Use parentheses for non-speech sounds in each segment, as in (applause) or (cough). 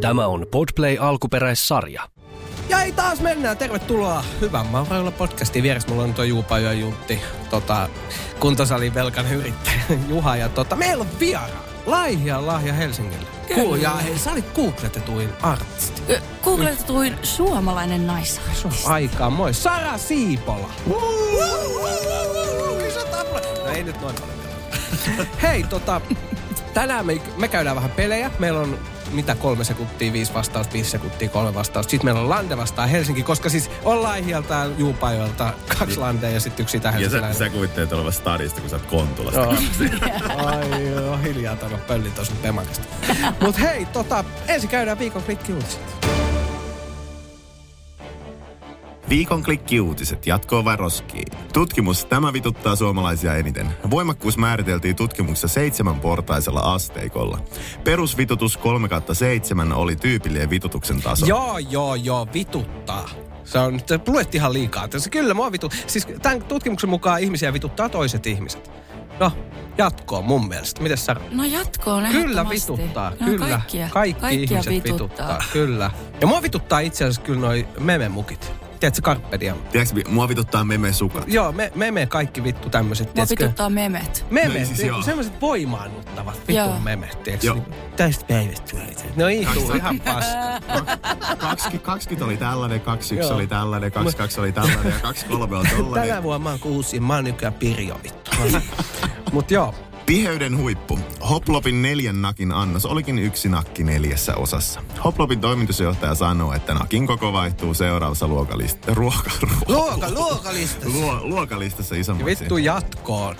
Tämä on Podplay alkuperäissarja. Ja ei taas mennään. Tervetuloa hyvän maurailla podcastiin. Vieressä mulla on tuo Juupa ja Juntti, tota, kuntosalin velkan yrittäjä Juha. Ja tota, meillä on vieraan. Laihia lahja Helsingille. Kuul, ja hei, sä olit googletetuin artisti. Ö, Googletetuin suomalainen naisartisti. Aikaa moi. Sara Siipola. Isot aplodit. No ei nyt noin paljon. (laughs) Hei, tota, tänään me, me käydään vähän pelejä. Meillä on mitä kolme sekuntia, viisi vastausta, viisi sekuntia, kolme vastausta. Sitten meillä on Lande vastaan Helsinki, koska siis on Laihialta, Juupajoilta, kaksi Landea ja sitten yksi tähän. Ja sä, sä kuvittelet olevas stadista, kun sä oot Kontulasta. Joo. Ai joo, hiljaa tämä pölli tuossa pemakasta. Mut hei, tota, ensin käydään viikon klikkiuutiset. Viikon klikkiuutiset jatkoo vai roskiin. Tutkimus Tämä vituttaa suomalaisia eniten. Voimakkuus määriteltiin tutkimuksessa seitsemän portaisella asteikolla. Perusvitutus 3-7 oli tyypillinen vitutuksen taso. Joo, joo, joo, vituttaa. Se on, te luet ihan liikaa. Tässä, kyllä mua vitu. Siis tämän tutkimuksen mukaan ihmisiä vituttaa toiset ihmiset. No, jatkoa mun mielestä. Mites sä? No jatkoon Kyllä ehdottomasti. vituttaa, No, kyllä. Kaikkia, Kaikki ihmiset vituttaa. kyllä. Ja mua vituttaa itse asiassa kyllä noi mememukit. Tiedätkö, Carpe Diem? Tiedätkö, mi- mua vituttaa (laughs) meme sukat. Joo, me, meme kaikki vittu tämmöiset, Mua tiedätkö? vituttaa memet. Memet, No ei siis joo. no, semmoiset voimaannuttavat vitun Joo. memet, tiedätkö? Joo. Niin, Tästä päivästä tulee se. No ei, tuu ihan paska. 20, 20 oli tällainen, 21 Joo. oli tällainen, 22 oli tällainen ja (laughs) 23 on Tänä tollainen. vuonna mä oon kuusi, mä oon nykyään Pirjo vittu. (laughs) Mut joo, Tiheyden huippu. Hoplopin neljän nakin annos olikin yksi nakki neljässä osassa. Hoplopin toimitusjohtaja sanoo, että nakin koko vaihtuu seuraavassa luokalist- ruoka, ruo- luoka, luokalistassa. luo- luokalistassa isommaksi. Vittu jatkoon.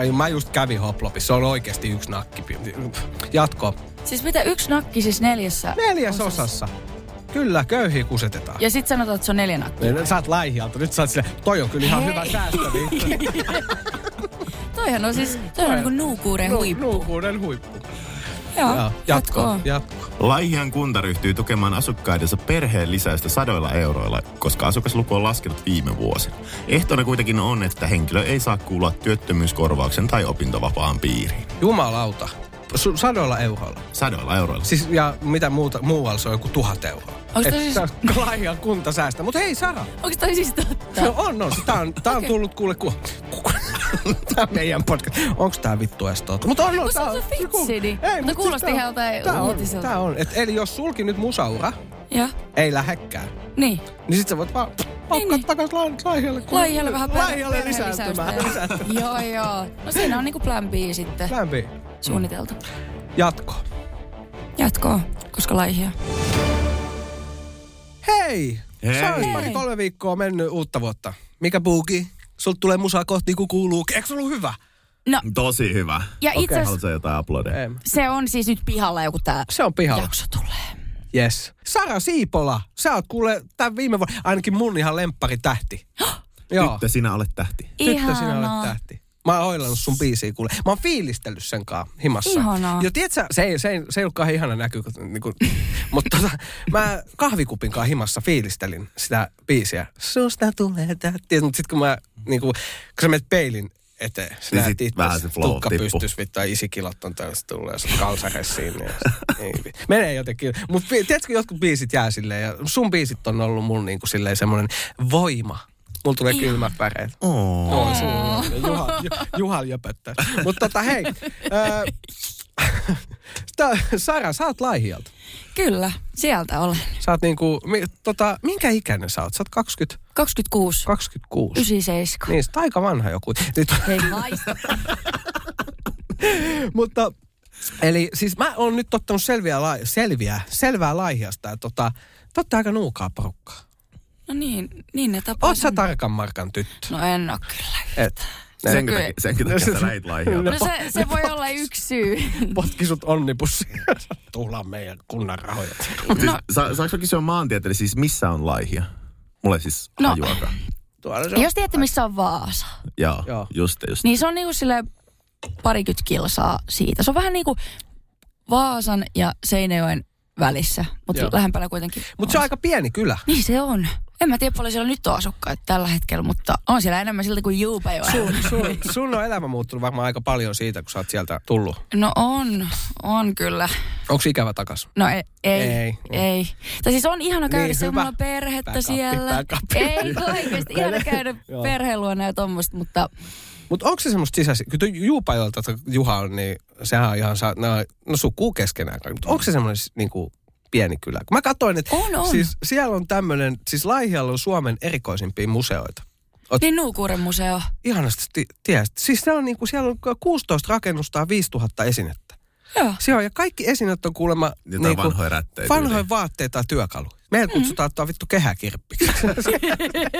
Ei, mä just kävin hoplopissa. Se on oikeasti yksi nakki. Jatko. Siis mitä yksi nakki siis neljässä? Neljäs osassa. Kyllä, köyhiä kusetetaan. Ja sit sanotaan, että se on neljä nakkia. Ja... Sä oot laihialta. Nyt sä oot sillä, toi on kyllä ihan Hei. hyvä säästö. vittu. Toihan on siis, toi on niinku nuukuuden Nu- huippu. Ah, Nuukuuden huippu. Joo, Joo, jatko. Jatko. Laihian kunta ryhtyy tukemaan asukkaidensa perheen lisäystä sadoilla euroilla, koska asukasluku on laskenut viime vuosina. Ehtona kuitenkin on, että henkilö ei saa kuulua työttömyyskorvauksen tai opintovapaan piiriin. Jumalauta. Su- sadoilla euroilla. Sadoilla euroilla. Siis, ja mitä muuta, muualla se on joku tuhat euroa. Onks Et toi siis- tää on Laihian kunta säästä. Mutta hei Sara, Onks toi siis totta? No on, on. Tää on, tää on tullut kuule ku... ku- (laughs) tää meidän podcast. Onks tää vittu edes totta? Mut on, on. Kun se tää on se ku- fiksi, niin. Mutta mut siis kuulosti tää on- ihan jotain tää on, uutiselta. Tää on. Et, eli jos sulki nyt musaura, Joo, ei lähekkään, niin. niin sit sä voit vaan pakkaa niin. takas lai- laihialle. kun- Laihialle vähän perhe- Laihialle lisääntymään. perhelisäystä. (laughs) Joo, joo. No siinä on niinku plan B sitten (laughs) Lämpi. suunniteltu. Jatko. Jatkoa, koska laihia. Hei! Hei. Sä oot pari kolme viikkoa mennyt uutta vuotta. Mikä puuki? Sulta tulee musaa kohti, kun kuuluu. Eikö se ollut hyvä? No, Tosi hyvä. ja itse asiassa Haluatko jotain aplodeja? Ei. se on siis nyt pihalla joku tää Se on pihalla. jakso tulee. Yes. Sara Siipola, sä oot kuule tämän viime vuoden, ainakin mun ihan lemppari tähti. Joo, Tyttö, sinä olet tähti. tyttö sinä Ihanaa. olet tähti. Mä oon oilannut sun biisiä kuule. Mä oon fiilistellyt sen kaa himassa. Ihanaa. Ja tiedät sä, se ei, se ei, se ei ollutkaan ihana näky, kun, niin (laughs) kuin, mutta tota, mä kahvikupin kaa himassa fiilistelin sitä biisiä. Susta tulee tähti. Mutta sit kun mä, niin kuin, kun sä menet peilin eteen, sä Niin näet sit itse, vähän se flow tukka tippuu. pystyssä vittu, ja isikilot on täysin tulee, sä oot kalsares siinä. Ja (laughs) sit- ei vi- Menee jotenkin. Mutta tiedätkö, jotkut biisit jää silleen, ja sun biisit on ollut mun niin kuin silleen semmoinen voima. Mulla tulee kylmät väreet. Oh. Noin suunnilleen. Juha, Ju- Juha jöpöttää. Mutta tota hei, ää, tää- Sara, sä oot Laihialta. Kyllä, sieltä olen. Sä oot niinku, mi, tota, minkä ikäinen sä oot? Sä oot 20, 26. 26. 97. Niin, sä oot aika vanha joku. Nyt, Ei haista. mutta, eli siis mä oon nyt ottanut selviä, lai- selviä, selvää Laihiasta. Ja tota, te ootte aika nuukaa porukkaa. No niin, niin ne tapaa. Oot sä tarkan markan tyttö? No en oo kyllä. Et. Sen kyllä- takia, senkin takia sä lähit No laihialta. se, se voi (laughs) olla yksi syy. Potki sut onnipussiin. (laughs) Tuhlaa meidän kunnan rahoja. Siis, sa, saanko mä kysyä maantieteellisesti, siis missä on laihia? Mulla ei siis No. no. hajuakaan. Tuolla se on. Jos tiedätte, missä on Vaasa, Joo, Joo. Joo. just just. niin se on niinku sille parikymmentä kilsaa siitä. Se on vähän niinku Vaasan ja Seinäjoen välissä, mutta Joo. lähempänä kuitenkin. Mutta se on aika pieni kylä. Niin se on. En mä tiedä paljon siellä nyt on asukkaita tällä hetkellä, mutta on siellä enemmän silti kuin juupäivä. Sun, sun, sun on elämä muuttunut varmaan aika paljon siitä, kun sä oot sieltä tullut. No on, on kyllä. Onko ikävä takas? No ei, ei, Ei. ei. ei. Tai siis on ihana käydä Niin, niin, siellä, hyvä. mulla on perhettä Back upi, siellä. back upi. Ei oikeasti, ihana käydä (laughs) Joo. perheen luona ja tuommoista, mutta Mutta onko se semmoista sisäisiä, kyllä tuo Juupajolta, että Juha on, niin sehän on ihan, saa, no, no sukuu keskenään, mutta onko se semmoinen niinku, pieni kylä? Kun mä katsoin, että On, on. Siis, siellä on tämmöinen, siis Laihialla on Suomen erikoisimpia museoita. Oot- niin Nuukuuren museo. Ihanasti ti- tiesit. Siis se on niinku, siellä on 16 rakennusta ja 5000 esinettä. Joo. Se on, ja kaikki esineet on kuulemma niinku Jotain vanhoja rättejä Niin. vanhoja tyyliin. vaatteita tai työkalu. Meidän kutsutaan, että on vittu kehäkirppiksi.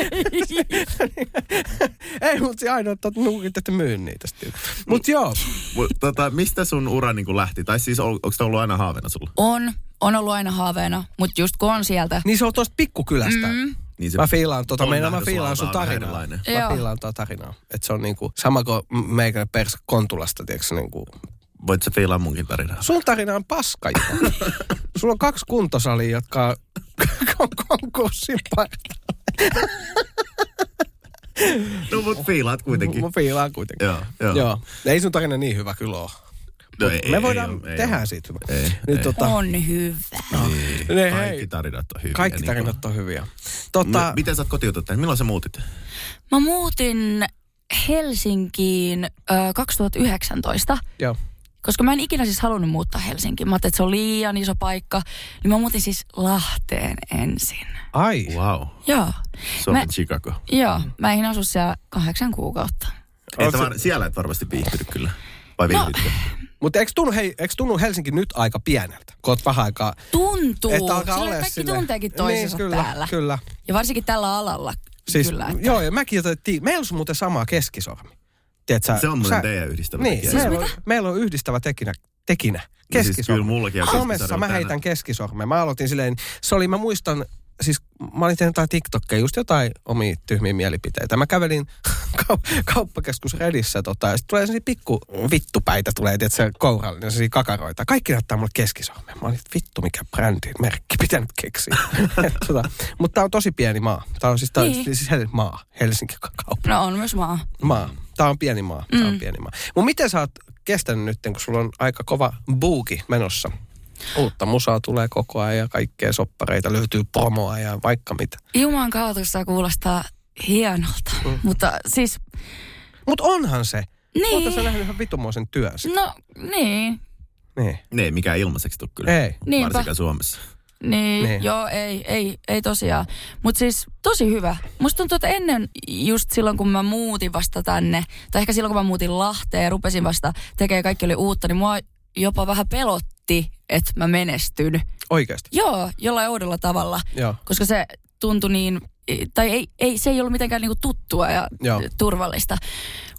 (laughs) Ei, mutta se ainoa, että nuukit, että myy niitä sitten. Mutta joo, Mut, tota, mistä sun ura niin lähti? Tai siis on, onko tämä ollut aina haaveena sulla? On, on ollut aina haaveena, mutta just kun on sieltä. Niin se on tuosta pikkukylästä. Mm. Niin se Mä fiilaan tota, on meina, mä nähty fiilaan sun sulla vähän tarinaa. erilainen. Mä Joo. fiilaan tuota tarinaa. Että se on niinku, sama kuin meikä pers Kontulasta, tiedätkö niinku. Voit sä fiilaa munkin tarinaa? Sun tarina on paska, (laughs) Juha. Sulla on kaksi kuntosalia, jotka (laughs) on konkurssin parta. No mut fiilaat kuitenkin. Mä fiilaan kuitenkin. Joo, joo. joo. Ei sun tarina niin hyvä kyllä ole. No, ei, Me ei voidaan oo, ei tehdä oo. siitä hyvä. Ei, Nyt ei. Tota, On hyvä. No. Niin. Ne, hei. Kaikki tarinat on hyviä. Kaikki niin tarinat on hyviä. kuin- Tota, M- Miten sä oot kotiutunut tänne? Milloin sä muutit? Mä muutin Helsinkiin ö, 2019, joo. koska mä en ikinä siis halunnut muuttaa Helsinkiin. Mä ajattelin, että se on liian iso paikka, niin mä muutin siis Lahteen ensin. Ai. Wow. Joo. Suomen Mä- Chicago. Joo, mä en asu siellä kahdeksan kuukautta. Et Oot sä... sä- var- siellä et varmasti viihtynyt kyllä. Vai viihdytkö? Mutta eikö tunnu, hei, eikö tunnu Helsinki nyt aika pieneltä, kun oot vähän aikaa Tuntuu. Että alkaa Silloin olla kaikki sille. tunteekin toisensa niin, kyllä, täällä. Kyllä, Ja varsinkin tällä alalla siis, kyllä. Että... Joo, ja mäkin otettiin, meillä on muuten sama keskisormi. Tiedätkö, Se on muuten teidän yhdistävä Niin, tekijä. meillä, on, meillä on yhdistävä tekinä, tekinä siis keskisormi. kyllä mullakin on Somessa keskisormi mä tänään. heitän keskisormen. Mä aloitin silleen, se oli, mä muistan, siis mä olin tehnyt jotain TikTokkeja, just jotain omia tyhmiä mielipiteitä. Mä kävelin (laughs) kau- kauppakeskus Redissä, tota, ja sit tulee sellaisia pikku vittupäitä, tulee tietysti kourallinen, niin sellaisia kakaroita. Kaikki näyttää mulle keskisormen. Mä olin, että vittu mikä brändi, merkki, pitää nyt keksiä. (laughs) Et tota, mutta tää on tosi pieni maa. Tää on siis, tää on, Niin. siis Hel- maa, Helsinki kauppa No on myös maa. maa. Tämä on pieni maa. Tämä Mm. on pieni maa. Mut miten sä oot kestänyt nyt, kun sulla on aika kova buuki menossa? Uutta musaa tulee koko ajan ja kaikkea soppareita, löytyy promoa ja vaikka mitä. Juman kautta se kuulostaa hienolta. Mm. Mutta siis, Mutta onhan se. Niin. Oletko sä nähnyt ihan vitumoisen työnsä? no niin, Niin. Ne ei mikään ilmaiseksi tule kyllä. Ei. Niinpä. Varsinkaan Suomessa. Niin, Niin. niin. joo, ei, ei, ei tosiaan. Mutta siis tosi hyvä. Musta tuntuu, että ennen just silloin, kun mä muutin vasta tänne, tai ehkä silloin, kun mä muutin Lahteen ja rupesin vasta tekemään kaikki oli uutta, niin mua jopa vähän pelotti, että mä menestyn. Oikeasti. Joo, jollain oudolla tavalla, Joo. koska se tuntui niin, tai ei, ei, se ei ollut mitenkään niinku tuttua ja Joo. turvallista.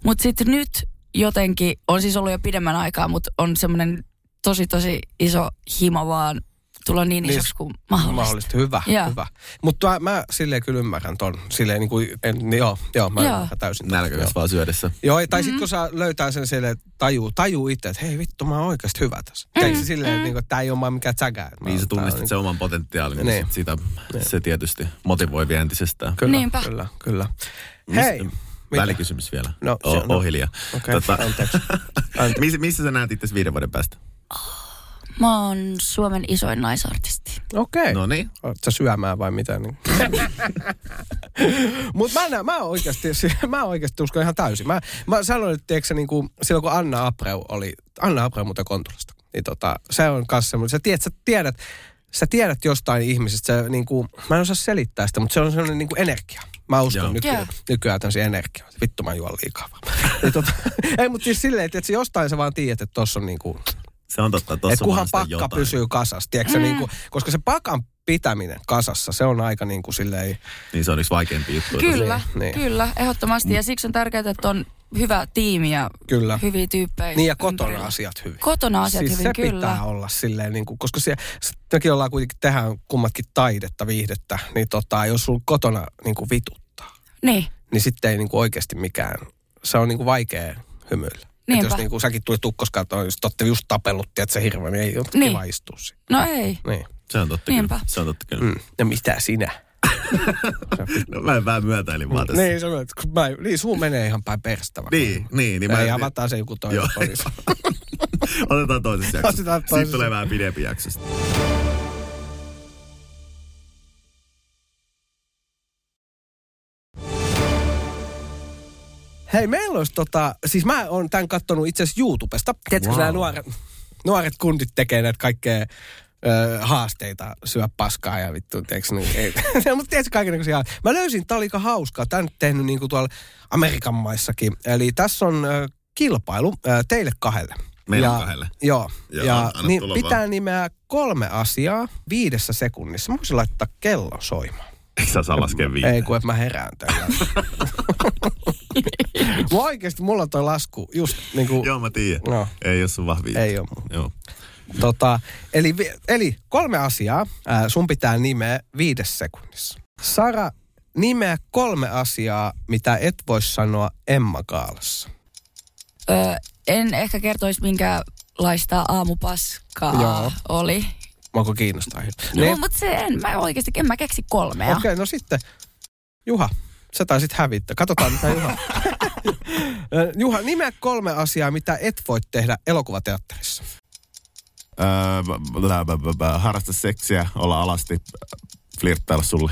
Mutta sitten nyt jotenkin, on siis ollut jo pidemmän aikaa, mutta on semmoinen tosi tosi iso himo vaan tulla niin Niin, isoksi kuin mahdollista. Mahdollisesti. Hyvä, Joo. hyvä. Mutta mä silleen kyllä ymmärrän ton. Silleen niin kuin, en, joo, joo, mä Joo. ymmärrän täysin. ton. Joo. Nälkäkäs vaan syödessä. Joo, tai sitten kun sä löytää sen silleen, tajuu, tajuu itse, että hei vittu, mä oon oikeasti hyvä tässä. Mm. Tiedätkö silleen, mm. niin että tää ei ole vaan mikään tsäkä. että mä Niin sä oon- tää on niinku- tunnistat sen oman potentiaalin, Niin. niin sit sitä, se tietysti motivoi vielä entisestään. Kyllä, Niinpä. kyllä, kyllä. Mist- Hei, mitä? Välikysymys Tota- vielä. No, O- se- no. Ohilia. Okei, (laughs) anteeksi. Anteeksi. missä, missä sä näet itse viiden vuoden päästä? Mä oon Suomen isoin naisartisti. Okei. No niin. Oletko syömään vai mitä? Niin. Mutta mä, nä- mä, oikeasti, mä oikeasti uskon ihan täysin. Mä, mä sanoin, että tiedätkö, sä, niin kuin, silloin kun Anna Abreu oli, Anna Abreu muuten Kontulasta, niin tota, se on kanssa semmoinen, sä tiedät, sä tiedät, sä tiedät jostain ihmisestä, sä, niin kuin, mä en osaa selittää sitä, mutta se on sellainen niin kuin energia. Mä uskon Joo. nykyään, Joo. nykyään tämmöisiä energiaa. Vittu mä juon liikaa varmaan. Ja tota, (laughs) ei, mutta siis silleen, että jostain sä vaan tiedät, että tossa on niin kuin, Se on totta. et Tuossa on kunhan vaan sitä pakka jotain. pysyy kasassa, tiedätkö, mm. niinku, koska se pakan pitäminen kasassa, se on aika niin kuin silleen, Niin se on yksi vaikeampi juttu. Kyllä, niin. Mm. niin. kyllä, ehdottomasti. Ja siksi on tärkeää, että on hyvä tiimi ja kyllä. hyviä tyyppejä. Niin ja kotona ympärillä. asiat hyvin. Kotona asiat siis hyvin, se kyllä. pitää olla silleen, niin kuin, koska siellä, mekin ollaan kuitenkin, tehdään kummatkin taidetta, viihdettä, niin tota, jos sulla kotona niin kuin vituttaa, Niin, niin sitten ei niin kuin oikeasti mikään, se on niin kuin vaikea hymyillä. Et Niinpä. jos niin kuin, säkin tuli tukkoskaan, jos te olette just tapellut, tiedät se hirveä, niin ei ole niin. Niin. kiva istua siinä. no ei. Niin. Se on totta Niinpä. kyllä. Se on totta kyllä. Mm. No mitä sinä? no mä en vähän myötäilin vaan tässä. Niin, se on, kun mä, niin, suu menee ihan päin perstä. varmaan. Niin, niin. niin Ja ei avataan se joku toinen (laughs) Joo. poris. (laughs) Otetaan toisessa jaksossa. Otetaan Siitä toisessa. tulee vähän pidempi jaksosta. Hei, meillä olisi tota, siis mä oon tämän kattonut itse asiassa YouTubesta. Tiedätkö, wow. Wow. nämä nuoret, nuoret kundit tekee näitä kaikkea ö, haasteita, syö paskaa ja vittu, tiedätkö, niin, ei. (laughs) Mutta tiedätkö kaikenlaisia haasteita. Mä löysin, tää oli aika hauskaa, tää on nyt tehnyt niinku tuolla Amerikan maissakin. Eli tässä on ö, kilpailu ö, teille kahdelle. Meillä ja, on kahdelle. Joo, ja, Joo, ja anna niin, tulla vaan. pitää nimeä kolme asiaa viidessä sekunnissa. Mä voisin laittaa kellon soimaan. Eikö sä saa laskea Ei, viiteen? kun et mä herään tänään. Mua oikeesti, mulla on toi lasku just niinku... Joo, mä tiedän. No. Ei ole sun vahvi. Ei oo mun. Joo. Tota, eli, vi- eli kolme asiaa ää, sun pitää nimeä viides sekunnissa. Sara, nimeä kolme asiaa, mitä et voi sanoa Emma Kaalassa. Öö, en ehkä kertoisi minkälaista aamupaskaa Joo. Joo. oli. Onko kiinnostaa? Okei, No, mutta se en, mä oikeasti, en mä keksi kolmea. okay, no sitten. Juha, sä taisit hävittää. Katsotaan mitä Juha. Juha, nimeä kolme asiaa, mitä et voi tehdä elokuvateatterissa. Öö, b- b- b- b- harrasta seksiä, olla alasti, äh, flirttailla sulle.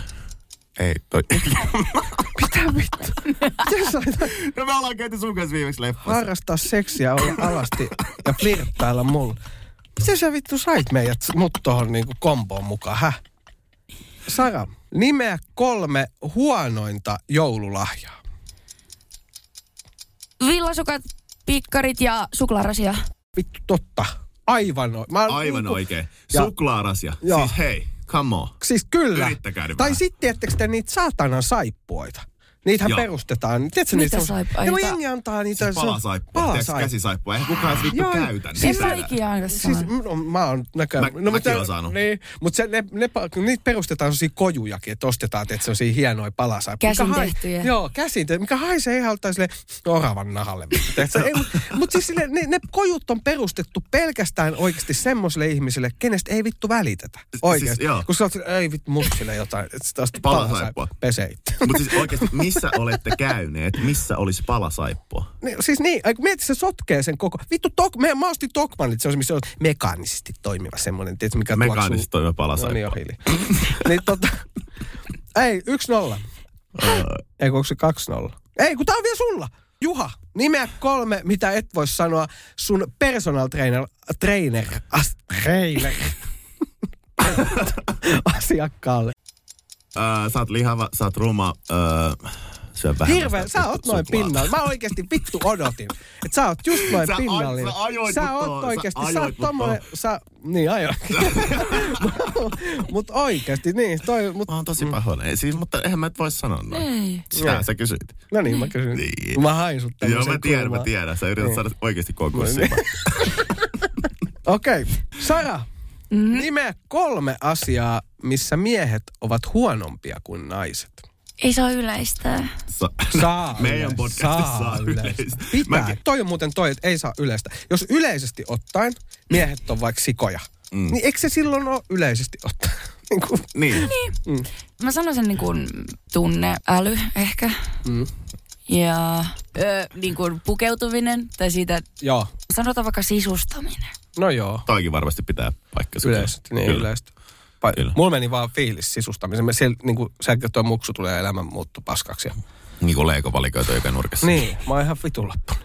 Ei, toi. (laughs) Mitä vittu? Miten sä olet- no me ollaan käyty sun kanssa viimeksi leffassa. harrastaa seksiä, olla alasti ja flirttailla mulle. Miten sä vittu sait meidät mut tohon niinku komboon mukaan, häh? Sara, nimeä kolme huonointa joululahjaa. Villasukat, pikkarit ja suklaarasia. Vittu totta. Aivan oikein. Aivan oikein. Suklaarasia. niinku- Joo. Siis hei, come on. Siis kyllä. Yrittäkää nyt tai vähän. sitten, tiettekö te niitä saatanan saippuoita? Niitähän Joo. perustetaan. Tiedätkö, Mitä niitä semmosia- saippuoita? Joo, jengi antaa niitä. Siis palasaippua, tiedätkö, palasaippua. käsisaippua. Eihän kukaan edes vittu Joo, käytä niitä. En mä ikinä ainakaan Siis siis, no, mä oon näköjään... Mä- no, mäkin oon saanut. Niin, mutta se, ne, ne, pa- kun niitä perustetaan sellaisia kojujakin, että ostetaan että sellaisia hienoja palasaippuja. Käsin mikä hai- tehtyjä. Joo, käsin tehtyjä, mikä haisee ihan jotain sille oravan nahalle. (laughs) mutta siis sille, ne, ne kojut on perustettu pelkästään oikeasti semmoisille ihmisille, kenestä ei vittu välitetä. Oikeasti. Siis, joo. Kun sä oot, sille, ei vittu mutsille jotain, että sitä osti Palasaippua. palasaippua. Pesee itse. (laughs) Mutta siis oikeasti, missä olette käyneet? Missä olisi palasaippua? Niin, siis niin, ai, kun mieti, se sotkee sen koko. Vittu, tok, mä, mä ostin Tokmanit, se on missä on mekaanisesti toimiva semmoinen, tiedätkö, mikä tuoksuu- Mekaanisesti toimiva No niin, palasaippua. on hiili. (laughs) niin tota, ei, yksi nolla. ei, kun onko se kaksi nolla? Ei, kun tää on vielä sulla. Juha, nimeä kolme, mitä et voi sanoa sun personal trainer, trainer, as, trainer. (laughs) asiakkaalle. Öö, sä oot lihava, sä oot ruma, öö, syö vähän. Hirveä, tästä sä oot noin suklaata. pinnalla. Mä oikeesti vittu odotin, että sä oot just noin Sä ai- pinnallinen. sä ajoit mut oot tohon, sä oikeesti, sä, ajoit oot mut tommonen, sä, niin ajoin. (laughs) mut oikeesti, niin, toi, mut, Mä oon tosi pahoillani. Ei Siis, mutta eihän mä et voi sanoa noin. Ei. Sitä sä kysyit. no niin, mä kysyn. Niin. Mä hain sut Joo, tämmöseen mä tiedän, mä kulmaan. tiedän. Sä Niin. yrität saada oikeasti konkurssiin. Okei, okay. Sara, mm. nimeä kolme asiaa, missä miehet ovat huonompia kuin naiset. Ei saa yleistää. (laughs) Sa- Saa Meidän yleistä. podcastissa saa yleistä. Pitää. Mäkin- Toi on muuten toi, että ei saa yleistä. Jos yleisesti ottaen miehet on vaikka sikoja, mm. niin eikö se silloin ole yleisesti ottaen? (laughs) niin kuin, (laughs) Niin. Mä sanoisin niin kuin tunneäly ehkä. Mm. Ja öö, niin kuin pukeutuminen tai siitä, joo, sanotaan vaikka (laughs) sisustaminen. no joo. Toikin varmasti pitää paikkansa. Yleisesti, niin Kyllä. yleisesti. Pa- Kyllä. Mulla meni vaan fiilis sisustamiseen. Mä Siellä, niin kuin, sä tuo muksu tulee ja elämä muuttu paskaksi. Ja... Niin kuin leikovaliköitä joka nurkassa. Niin, mä oon ihan vitun (laughs) lappunen.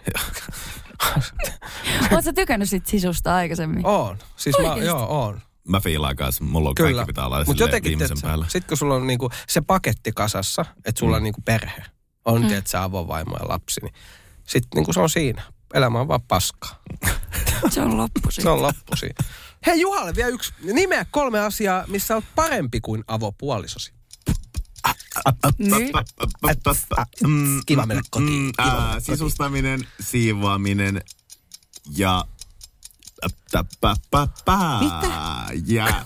Oot sä tykännyt sit sisusta aikaisemmin? Oon. Siis mä, Oikeesti? joo, oon. Mä fiilaan kanssa. Mulla on Kyllä. kaikki pitää olla Mut silleen viimeisen tiedätkö, päällä. sit kun sulla on niinku se paketti kasassa, että sulla mm. on niinku perhe, on mm. tiedätkö, avovaimo ja lapsi, niin sit niinku se on siinä. Elämä on vaan paska. Se on loppu sit. Se on loppu siinä. Hei Juhalle vielä yksi. Nimeä kolme asiaa, missä olet parempi kuin avopuolisosi. Niin. Mm, Kiva mennä kotiin. mm, ää, Sisustaminen, siivoaminen ja... Mitä? Ja...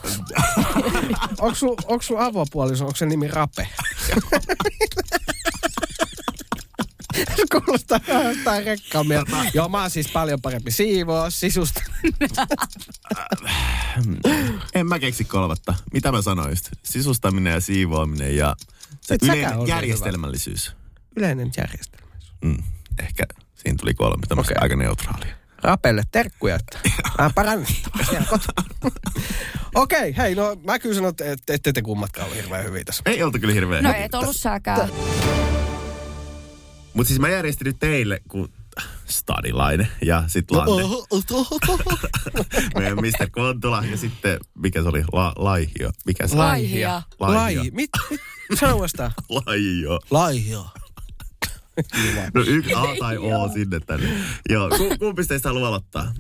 Onko sun, onks sun avopuoliso, onko se nimi Rape? Se (laughs) Kuulostaa ihan jostain rekkaamia. Joo, mä oon siis paljon parempi siivoa, sisusta. En mä keksi kolmatta. Mitä mä sanoin just? Sisustaminen ja siivoaminen ja se Et säkään ole yleinen niin järjestelmällisyys. Yleinen järjestelmä. Mm. Ehkä siinä tuli kolme tämmöistä Okei. aika neutraalia. Rapelle terkkuja, että vähän parannettavaa siellä kotona. Okei, okay, hei, no mä kyllä sanon, että et- ette te kummatkaan ole hirveän hyviä tässä. Ei oltu kyllä hirveä. No et ollut säkään. Mutta siis mä järjestin nyt teille, kun stadilainen ja No sitten Lanne. Meidän Mr. Kontula ja sitten, mikä se oli? La, laihio. Mikä se oli? Laihia. Laihio. Lai, mit, mit, sano uudestaan. Laihio. Laihio. No yksi A tai O sinne tänne. Joo, ku, kumpi teistä haluaa aloittaa?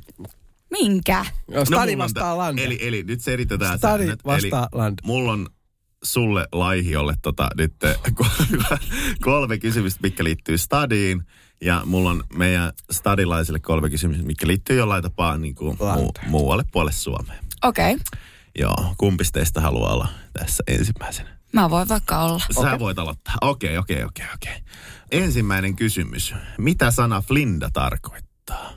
Minkä? Joo, No, Stadi mulla on vastaa tä- Lande. Eli, Eli... eli nyt selitetään Stadi säännöt. vastaa eli Land. Mulla on sulle laihiolle tota, nyt (laughs) eh, kolme kysymystä, mitkä liittyy stadiin. Ja mulla on meidän stadilaisille kolme kysymystä, mitkä liittyy jollain tapaa niin kuin mu- Lante. muualle puolelle Suomeen. Okei. Okay. Joo, kumpi teistä haluaa olla tässä ensimmäisenä? Mä voin vaikka olla. Sä voit aloittaa. Okei, okei, okei, okei. Ensimmäinen kysymys. Mitä sana flinda tarkoittaa?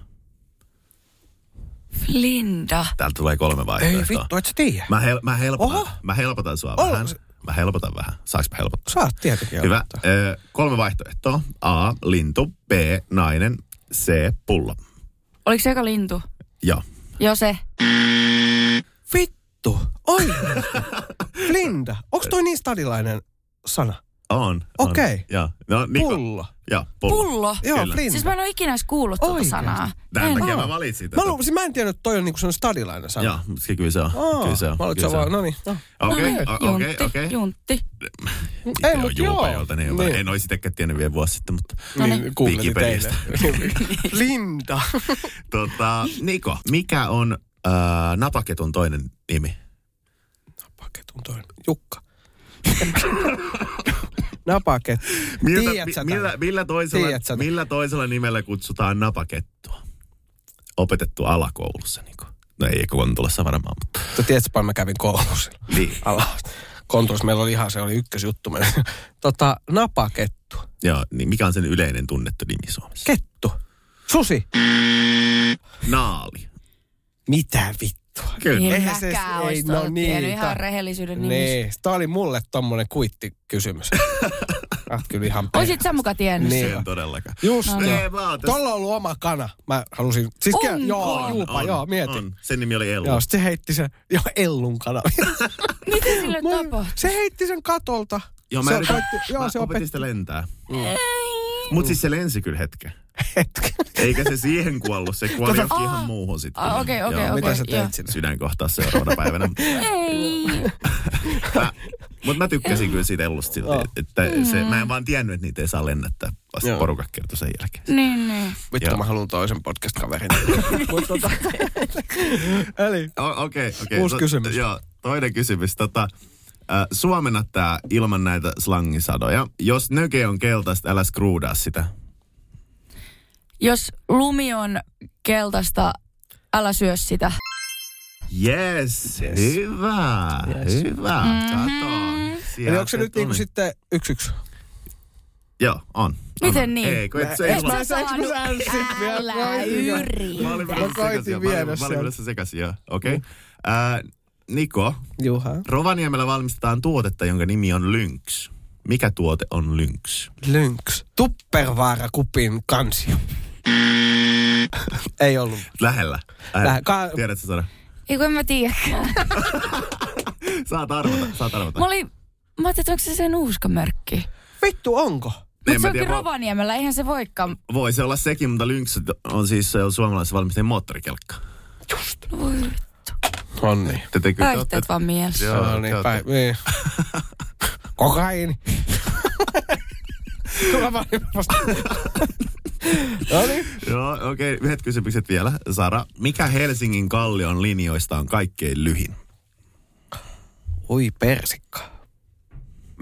Linda. Täältä tulee kolme Ei vaihtoehtoa. vittu, et sä tiedä. Mä... Mä, hel- mä, helpotan, Oho. mä helpotan sua Oho. vähän. Mä helpotan vähän. Saanko mä helpottaa? Saat tietenkin Hyvä. aloittaa. Ö, kolme vaihtoehtoa. A. Lintu. B. Nainen. C. Pullo. Oliko se eka lintu? Joo. Joo se. Vittu. Oi. (laughs) Linda. Onks toi niin stadilainen sana? On. on. Okei. Joo. No, Niko. Pullo. Joo, pullo. Pullo. Joo, Kyllä. Linda. Siis mä en ole ikinä edes kuullut tuota Oikeesti? sanaa. Tämän En. takia mä valitsin tätä. Mä, luulisin, mä en tiennyt, että toi on niinku sellainen stadilainen sana. Joo, mutta kyllä se on. Aa, kyllä se on. Mä olin, että kyllä se sä vaan, on. no niin. Joo. Okei, no, o- niin, okei, juntti, okei. juntti. Ei, Itse on mut juupa joo. joltain, ei niin. Niin. En ole sitäkään tiennyt vielä vuosi sitten, mutta... No niin, niin, googletin Wikipediasta. teille. (laughs) Linda. Tota, Niko, mikä on äh, napaketun toinen nimi? Napaketun toinen. Jukka. (laughs) Napaket. Tiedät sä mi- millä, tämän? millä, toisella, Tiedät sä tämän? millä toisella nimellä kutsutaan napakettua? Opetettu alakoulussa, Niko. No ei Kontulassa varmaan, (laughs) mutta... Sä tiedät, sä, paljon mä kävin koulussa. Niin. Ala. Konturis meillä oli ihan, se oli ykkösjuttu. meillä. tota, napakettu. Joo, niin mikä on sen yleinen tunnettu nimi Suomessa? Kettu. Susi. Naali. Mitä vittua? Kyllä. En Eihän se- mäkään ei, ois no tuota tiennyt niitä. ihan rehellisyyden nimissä. Niin, tää oli mulle tommonen (laughs) kuittikysymys. Ah, kyllä ihan Oisit sä muka tiennyt Niin. sen? Ei todellakaan. Just No no, niin. joo. Ei vaan, tässä- Tuolla on ollut oma kana. Mä halusin... Siis ke- Onko? Joo, On, juupa, joo, mietin. On. Sen nimi oli Ellu. Joo, sit se heitti sen... Joo, Ellun kana. (laughs) Mitä sille Mä- tapahtui? se heitti sen katolta. Joo, mä, se yritin, koitti- joo, mä se Niin. opetin opetti sitä lentää. Mutta siis se lensi kyllä hetken. hetken. Eikä se siihen kuollut, se Tota- kuoli johonkin ihan muuhun sitten. Ah, okei, okei, Joo. okei. Mitä sä joo. teit sinne? Sydän kohtaa seuraavana päivänä. Ei. Mutta mä tykkäsin kyllä siitä ellusta silti, Joo. että se, Mm. mä en vaan tiennyt, että niitä ei saa lennättää. Vasta Joo. porukat kertoi sen jälkeen. Niin, niin. Vittu, Joo. mä haluan toisen podcast-kaverin. (laughs) Mut tota, (laughs) Eli O- Okei, okei. Uusi To- kysymys. Joo, toinen kysymys. Tota, äh, suomenna tää ilman näitä slangisadoja. Jos nöke on keltaista, älä skruudaa sitä. Jos lumi on keltaista, älä syö sitä. Yes, Yes. hyvä, Yes. hyvä. Kato. Mm-hmm. Eli onko se nyt niinku tuli. sitten yksi yksi? Joo, on. Miten on. niin? Ei, kun et, se Ei, mä ei sulla- Saanko mä saanut? saanut sit vielä? Älä Voisin mä- Mä olin yritä. koitin menossa sekaisin jo. Mä viedä olin- Mä olin sen. menossa sekaisin, joo. Okei. Ää, Niko, Juha. Rovaniemellä valmistetaan tuotetta, jonka nimi on Lynx. Mikä tuote on Lynx? Lynx. Tuppervaara kupin kansio. Ei ollut. Lähellä. Lähe- ka- Tiedätkö Sara? Ei kun en mä tiedäkään. Saat arvata, saat arvata. Mä olin, mä ajattelin, että onko se sen uuska merkki. Vittu, onko? Niin, En Mutta se mä onkin tiedä, voi- Rovaniemellä, eihän se voikaan. Voi se olla sekin, mutta Lynx on siis se on suomalaisen valmisteen moottorikelkka. Voi, Onni. Te te kyllä te ootte- päihteet vaan mielessä. Joo, No niin, te päin. ootte- Niin. Kokaini. Kyllä vaan vasta. No niin. Joo, okei, yhdet kysymykset vielä. Sara, mikä Helsingin kallion linjoista on kaikkein lyhin? Oi persikka.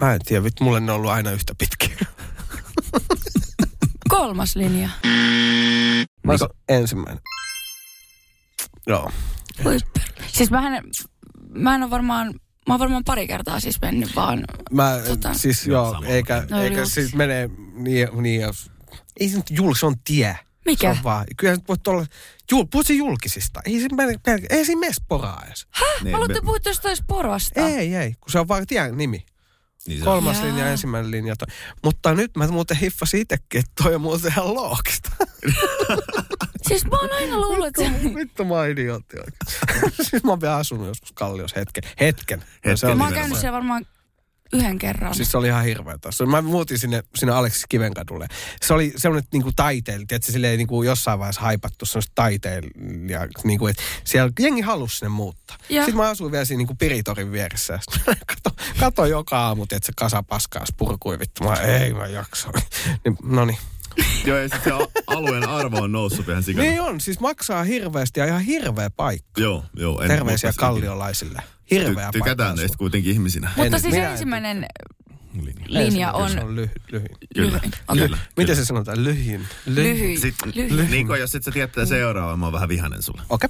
Mä en tiedä, vittu, mulle ne on ollut aina yhtä pitkiä. Kolmas linja. Mä oon ensimmäinen. Joo. Voi per- Siis mähän, mä en ole varmaan, mä oon varmaan pari kertaa siis mennyt vaan. Mä, Tota- tota, siis Joo, joo, sama. eikä, No, eikä julkis. siis mene niin, niin jos... Ei se nyt julkis, se on tie. Mikä? Se on vaan, kyllähän nyt voit olla Jul, puhuttiin julkisista. Ei siinä, mene- pel- ei siinä mene sporaa edes. Niin, Mä me- aloitte puhua jostain sporasta. Ei, ei, kun se on vaan tien nimi. niin se- Kolmas Jaa. linja, ensimmäinen linja. Toi. Mutta nyt mä muuten hiffasin itsekin, että toi on muuten ihan loogista. Siis mä oon aina luullut, että (laughs) se... Vittu mä oon idiootti oikein. (laughs) siis mä oon vielä asunut joskus Kallios hetken. Hetken. Hetken Se oli- Mä nimenomaan. oon käynyt siellä varmaan yhden kerran. Siis se oli ihan hirveä taas. Mä muutin sinne, sinne Aleksis Kivenkadulle. Se oli semmoinen niinku taiteilija, että silleen niinku jossain vaiheessa haipattu semmoista taiteilijaa. Niinku, että siellä jengi halusi sinne muuttaa. Ja. Sitten mä asuin vielä siinä niinku Piritorin vieressä. (laughs) Sitten kato, kato joka aamu, että se kasa paskaa purkui vittu. Mä ei mä jaksa. (laughs) Niin, no niin. Joo, ja sitten se a- alueen arvo on noussut ihan sikana. Niin on, siis maksaa hirveästi ja ihan hirveä paikka. Joo, joo. en- Terveisiä mutta sekin- kalliolaisille. Ty- Hirveä paikka. Tykätään asua. teistä kuitenkin ihmisinä. Mutta en- siis minä en ensimmäinen Linja. linja Kyllä Se on... on lyhy- lyhin. Kyllä, Okei. kyllä. Miten se sanotaan? Lyhin. Lyhyin. Sitten, Lyhyin. Niko, jos et sä tietää seuraavaa, mä oon vähän vihanen sulle. Okei.